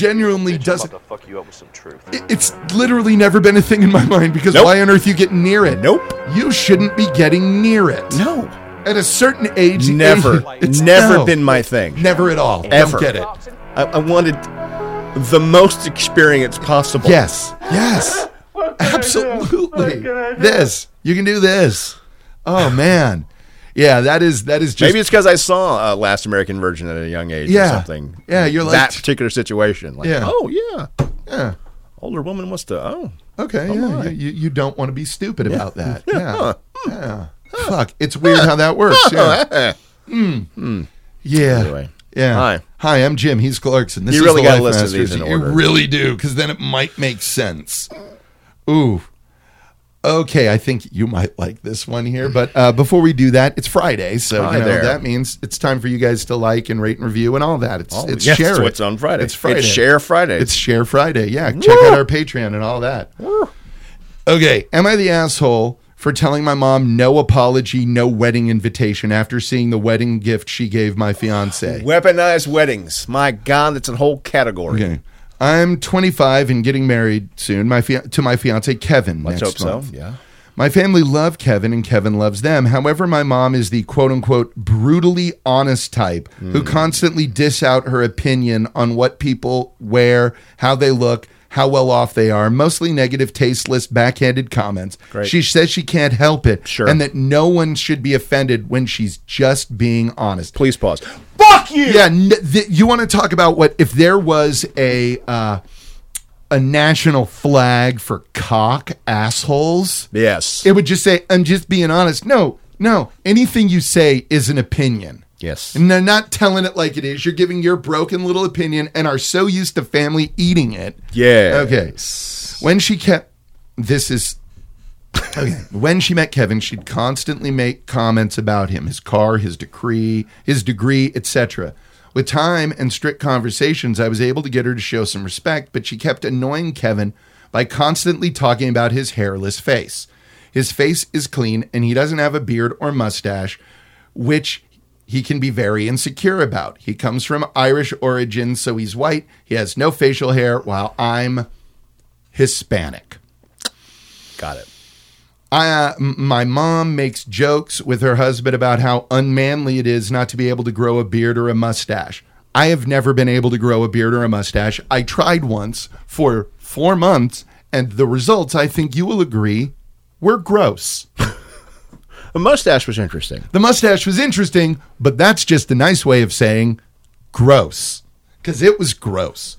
genuinely Bitch, doesn't. I'm about to fuck you up with some truth. It- It's literally never been a thing in my mind because Nope. why on earth you get near it? Nope. You shouldn't be getting near it. No. At a certain age, Never. it's- never no. been my thing. Never at all. Ever. Don't get it. I, I wanted the most experience possible. Yes. Yes. Absolutely. This. You can do this. Oh man. Yeah, that is that is just Maybe it's because I saw uh, Last American Virgin at a young age or Yeah. something. Yeah, you're like- that particular situation. Like, Yeah. oh yeah, yeah. older woman wants to. Oh, Okay, my. yeah. You, you, you don't want to be stupid about that. Huh. Yeah. yeah. Fuck. It's weird how that works. Yeah. Yeah. Anyway. Yeah. Hi. Hi, I'm Jim. He's Clarkson. This You is really the gotta Life listen to Masters. these in You order. really do, because then it might make sense. Ooh. Okay, I think you might like this one here, but uh, before we do that, it's Friday, so Hi you know there. that means it's time for you guys to like and rate and review and all that. It's Oh, it's yes, share. so it. it's on Friday. It's Friday. It's Share Friday. It's share Friday. Yeah, check out our Patreon and all that. Okay, am I the asshole for telling my mom no apology, no wedding invitation after seeing the wedding gift she gave my fiance? weaponized weddings. My God, that's a whole category. Okay. I'm 25 and getting married soon. My fia- to my fiance Kevin Let's next hope month. so. Yeah. My family love Kevin and Kevin loves them. However, my mom is the quote unquote brutally honest type Hmm. who constantly diss out her opinion on what people wear, how they look, how well off they are, mostly negative, tasteless, backhanded comments. Great. She says she can't help it Sure. and that no one should be offended when she's just being honest. Please pause. Yeah, n- th- you want to talk about what if there was a uh, a national flag for cock assholes? Yes. It would just say, "I'm just being honest." No, no, anything you say is an opinion. yes. And they're not telling it like it is. You're giving your broken little opinion and are so used to family eating it. Yeah. Okay. When she kept this is okay. When she met Kevin, she'd constantly make comments about him, his car, his decree, his degree, etc. With time and strict conversations, I was able to get her to show some respect, but she kept annoying Kevin by constantly talking about his hairless face. His face is clean and he doesn't have a beard or mustache, which he can be very insecure about. He comes from Irish origin, so he's white. He has no facial hair, while I'm Hispanic. Got it. I, uh, m- my mom makes jokes with her husband about how unmanly it is not to be able to grow a beard or a mustache. I have never been able to grow a beard or a mustache. I tried once for four months, and the results, I think you will agree, were gross. A mustache was interesting. The mustache was interesting, but that's just a nice way of saying gross because it was gross.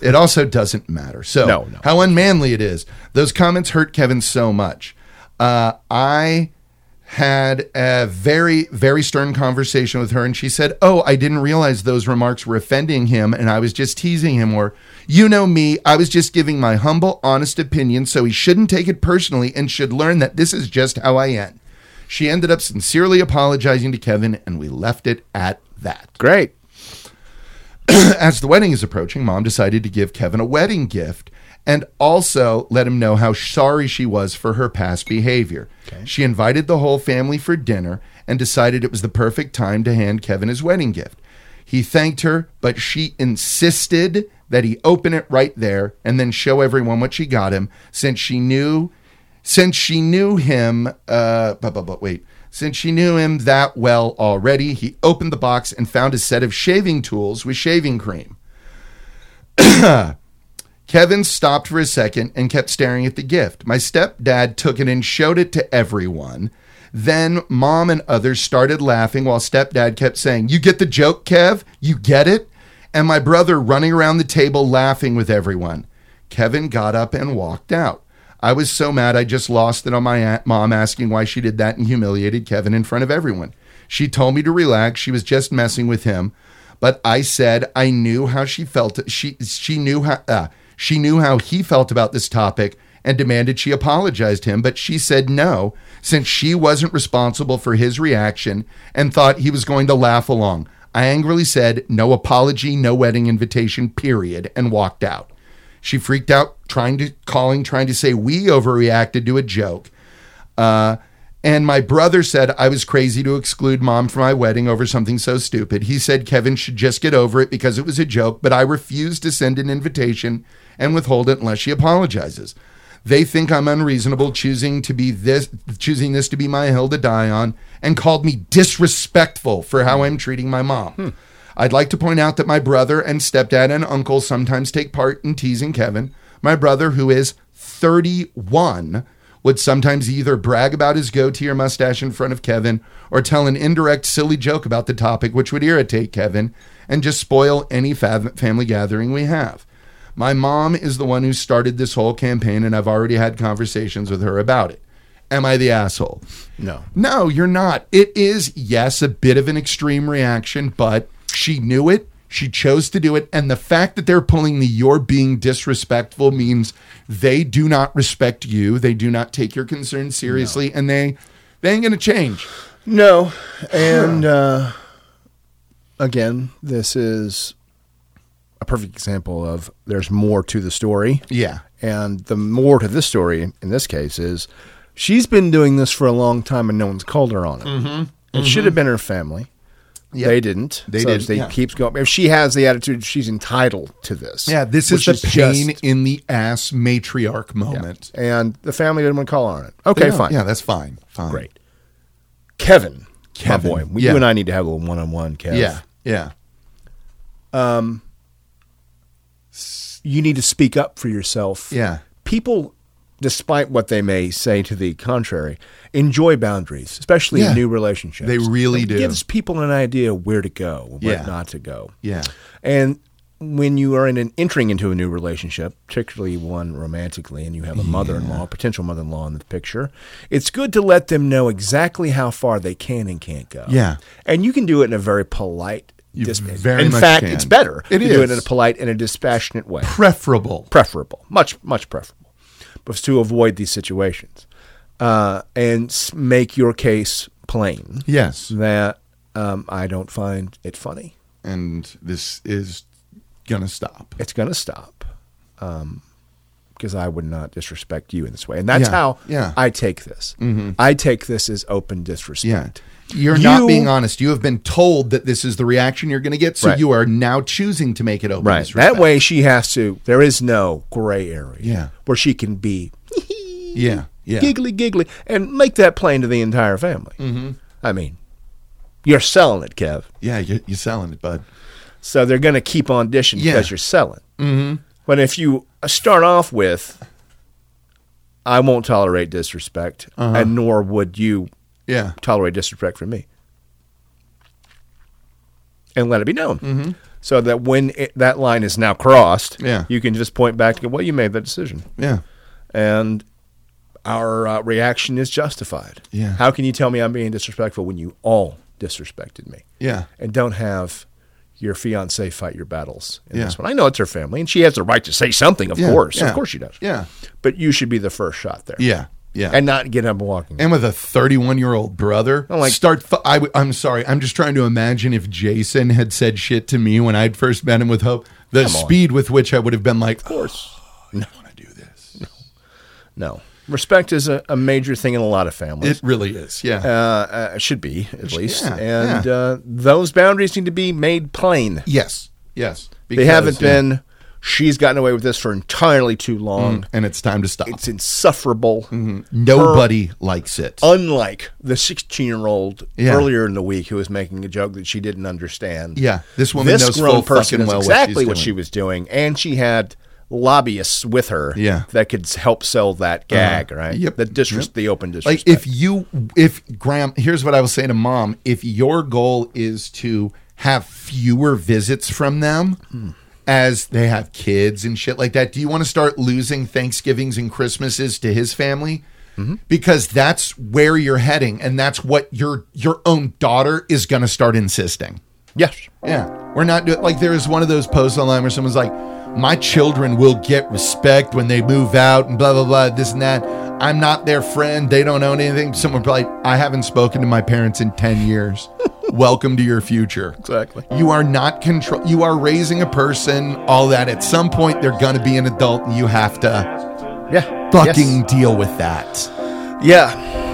it also doesn't matter. So, No, no. how unmanly it is. Those comments hurt Kevin so much. Uh, I had a very, very stern conversation with her, and she said, Oh, I didn't realize those remarks were offending him, and I was just teasing him. Or, you know me, I was just giving my humble, honest opinion, so he shouldn't take it personally and should learn that this is just how I am. She ended up sincerely apologizing to Kevin, and we left it at that. Great. As the wedding is approaching, mom decided to give Kevin a wedding gift and also let him know how sorry she was for her past behavior. She invited the whole family for dinner and decided it was the perfect time to hand Kevin his wedding gift. He thanked her, but she insisted that he open it right there and then show everyone what she got him since she knew since she knew him uh but, but, but wait since she knew him that well already he opened the box and found a set of shaving tools with shaving cream kevin stopped for a second and kept staring at the gift my stepdad took it and showed it to everyone then mom and others started laughing while stepdad kept saying you get the joke kev you get it and my brother running around the table laughing with everyone Kevin got up and walked out. I was so mad I just lost it on my aunt, mom asking why she did that and humiliated Kevin in front of everyone. She told me to relax, she was just messing with him, but I said I knew how she felt she she knew how uh, she knew how he felt about this topic and demanded she apologized to him, but she said no since she wasn't responsible for his reaction and thought he was going to laugh along. I angrily said no apology, no wedding invitation, period, and walked out. She freaked out, trying to calling, trying to say we overreacted to a joke, uh, And my brother said I was crazy to exclude mom from my wedding over something so stupid. He said Kevin should just get over it because it was a joke, but I refused to send an invitation and withhold it unless she apologizes. They think I'm unreasonable choosing to be this choosing this to be my hill to die on and called me disrespectful for how I'm treating my mom. I'd like to point out that my brother and stepdad and uncle sometimes take part in teasing Kevin. My brother who is 31 would sometimes either brag about his goatee or mustache in front of Kevin or tell an indirect silly joke about the topic which would irritate Kevin and just spoil any fa- family gathering we have. My mom is the one who started this whole campaign, and I've already had conversations with her about it. Am I the asshole? No. No, you're not. It is, yes, a bit of an extreme reaction, but she knew it. She chose to do it. And the fact that they're pulling the you're being disrespectful means they do not respect you. They do not take your concerns seriously. And they they ain't gonna change. No. And uh, again, this is a perfect example of there's more to the story. Yeah. And the more to this story in this case is she's been doing this for a long time and no one's called her on it. Mm-hmm. It should have been her family. Yeah. They didn't. They so didn't, They yeah. keeps going. If she has the attitude, she's entitled to this. Yeah, this which is the pain just- in the ass matriarch moment. and the family didn't want to call on it. Okay, Yeah, fine. Yeah, that's fine. Fine. Great. Kevin, Kevin, my boy, we- yeah. you and I need to have a little one-on-one, Kev. Yeah. Yeah. you need to speak up for yourself. Yeah. People, despite what they may say to the contrary, enjoy boundaries, especially Yeah. in new relationships. They really It do. Gives people an idea where to go, and where Yeah. not to go. Yeah. And when you are in an entering into a new relationship, particularly one romantically, and you have a mother-in-law, potential mother-in-law in the picture, it's good to let them know exactly how far they can and can't go. Yeah. and you can do it in a very polite. dis- very in much fact, can. it's better It to do is. it in a polite and a dispassionate way Preferable. preferable, much much preferable, but to avoid these situations uh, and s- make your case plain Yes. that um, I don't find it funny. And this is gonna stop. It's going to stop because I would not disrespect you in this way, and that's Yeah, how yeah. Mm-hmm. I take this. I take this as open disrespect. Yeah. You're You- not being honest. You have been told that this is the reaction you're going to get, so Right. you are now choosing to make it open. Right. disrespect. That way, she has to. There is no gray area. Yeah. Where she can be Yeah. Yeah. giggly giggly and make that plain to the entire family. Mm-hmm. I mean, you're selling it, Kev. Yeah. You're, you're selling it, bud. So they're going to keep on dishing Yeah. because you're selling. Mm-hmm. But if you uh, start off with, I won't tolerate disrespect, Uh-huh. and nor would you Yeah. tolerate disrespect from me, and let it be known. So that when it, that line is now crossed, Mm-hmm. Yeah. you can just point back to go, well, you made that decision Yeah. and our uh, reaction is justified. Yeah. How can you tell me I'm being disrespectful when you all disrespected me? Yeah. And don't have your fiance fight your battles in Yeah. this one. I know it's her family, and she has the right to say something. Of Yeah, course, yeah, of course she does. yeah. But you should be the first shot there. Yeah. Yeah. And, And not get up walking. with a 31 year old brother, I'm like- start. Fu- I, w- I'm sorry. I'm just trying to imagine if Jason had said shit to me when I'd first met him with Hope, the on. speed with which I would have been like, "Oh, of course, I want to do this. no. Respect is a, a major thing in a lot of families. It really is. Yeah. uh, uh, it should be at least, yeah, and yeah. Uh, those boundaries need to be made plain. yes. Yes. they haven't Because- yeah. been. She's gotten away with this for entirely too long. And it's time to stop. It's insufferable. Mm-hmm. Nobody likes it. Oh, Unlike the 16 year old Yeah. earlier in the week who was making a joke that she didn't understand. Yeah, this woman This knows full grown fucking person knows well exactly what, what, she's she doing. was doing, and she had lobbyists with her Yeah. Uh-huh. that could help sell that gag, right? Yep. The disres- the open Like disrespect. if you, if Graham, here's what I will say to mom: if your goal is to have fewer visits from them. Hmm. As they have kids and shit like that, do you want to start losing Thanksgivings and Christmases to his family? Mm-hmm. Because that's where you're heading, and that's what your your own daughter is going to start insisting. yes. Yeah. We're not doing like there is one of those posts online where someone's like, my children will get respect when they move out and blah blah blah, this and that. I'm not their friend. They don't own anything. Someone probably I haven't spoken to my parents in 10 years. Welcome to your future. Exactly. You are not control you are raising a person, all that. At some point they're gonna be an adult and you have to Yeah. fucking deal with that. Yes. Yeah.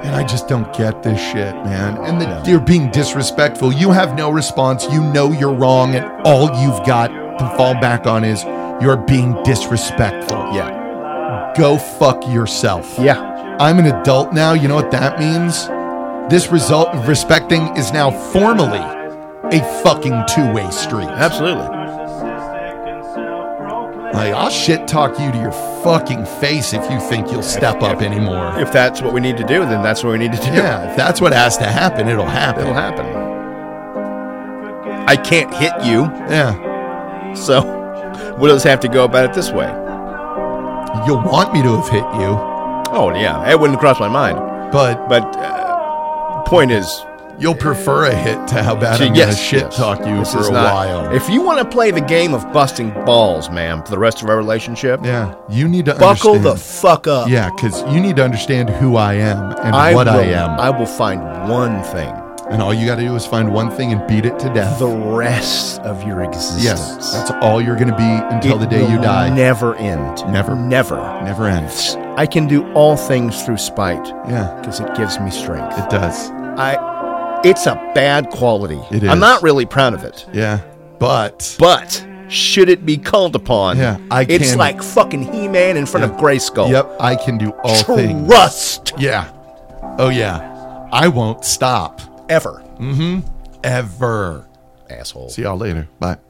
And I just don't get this shit, man. And that you're being disrespectful. You have no response. You know you're wrong. And all you've got to fall back on is you're being disrespectful. Yeah. Go fuck yourself. Yeah. I'm an adult now. You know what that means? This result of respecting is now formally a fucking two way street. Absolutely. Like, I'll shit talk you to your fucking face if you think you'll step up anymore. If that's what we need to do, then that's what we need to do. Yeah, if that's what has to happen, it'll It'll happen. happen. I can't hit you, Yeah. so we'll just have to go about it this way. You'll want me to have hit you, Oh, yeah. It wouldn't cross my mind. but But uh, point is, you'll prefer a hit to how bad I'm gonna yes, shit yes. talk you This for is a not- while. If you want to play the game of busting balls, ma'am, for the rest of our relationship, yeah. You need to buckle understand. the fuck up. yeah, because you need to understand who I am and what will, I am. I will find one thing: and all you got to do is find one thing and beat it to death. the rest of your existence. Yes, that's all you're going to be until It the day you will die. Never end. Never. Never. Never ends. I can do all things through spite Yeah, because it gives me strength. it does. I. It's a bad quality. It is. I'm not really proud of it, Yeah, but but should it be called upon? Yeah, I It's can- like fucking He-Man in front of Grayskull. yep, I can do all things. Trust Yeah. Oh yeah. I won't stop ever. ever. Asshole. See y'all later. Bye.